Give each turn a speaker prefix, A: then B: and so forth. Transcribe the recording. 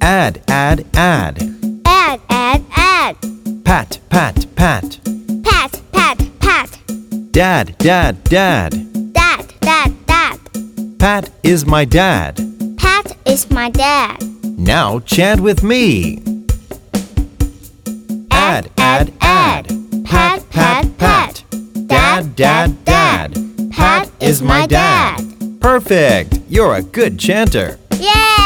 A: Add, add, add.
B: Add, add, add.
A: Pat, pat, pat.
B: Pat, pat, pat.
A: Dad, dad, dad.
B: Dad, dad, dad.
A: Pat is my dad.
B: Pat is my dad.
A: Now chant with me. Add, add, add. Pat, pat, pat. Dad, dad, dad. Perfect. You're a good chanter.
B: Yay!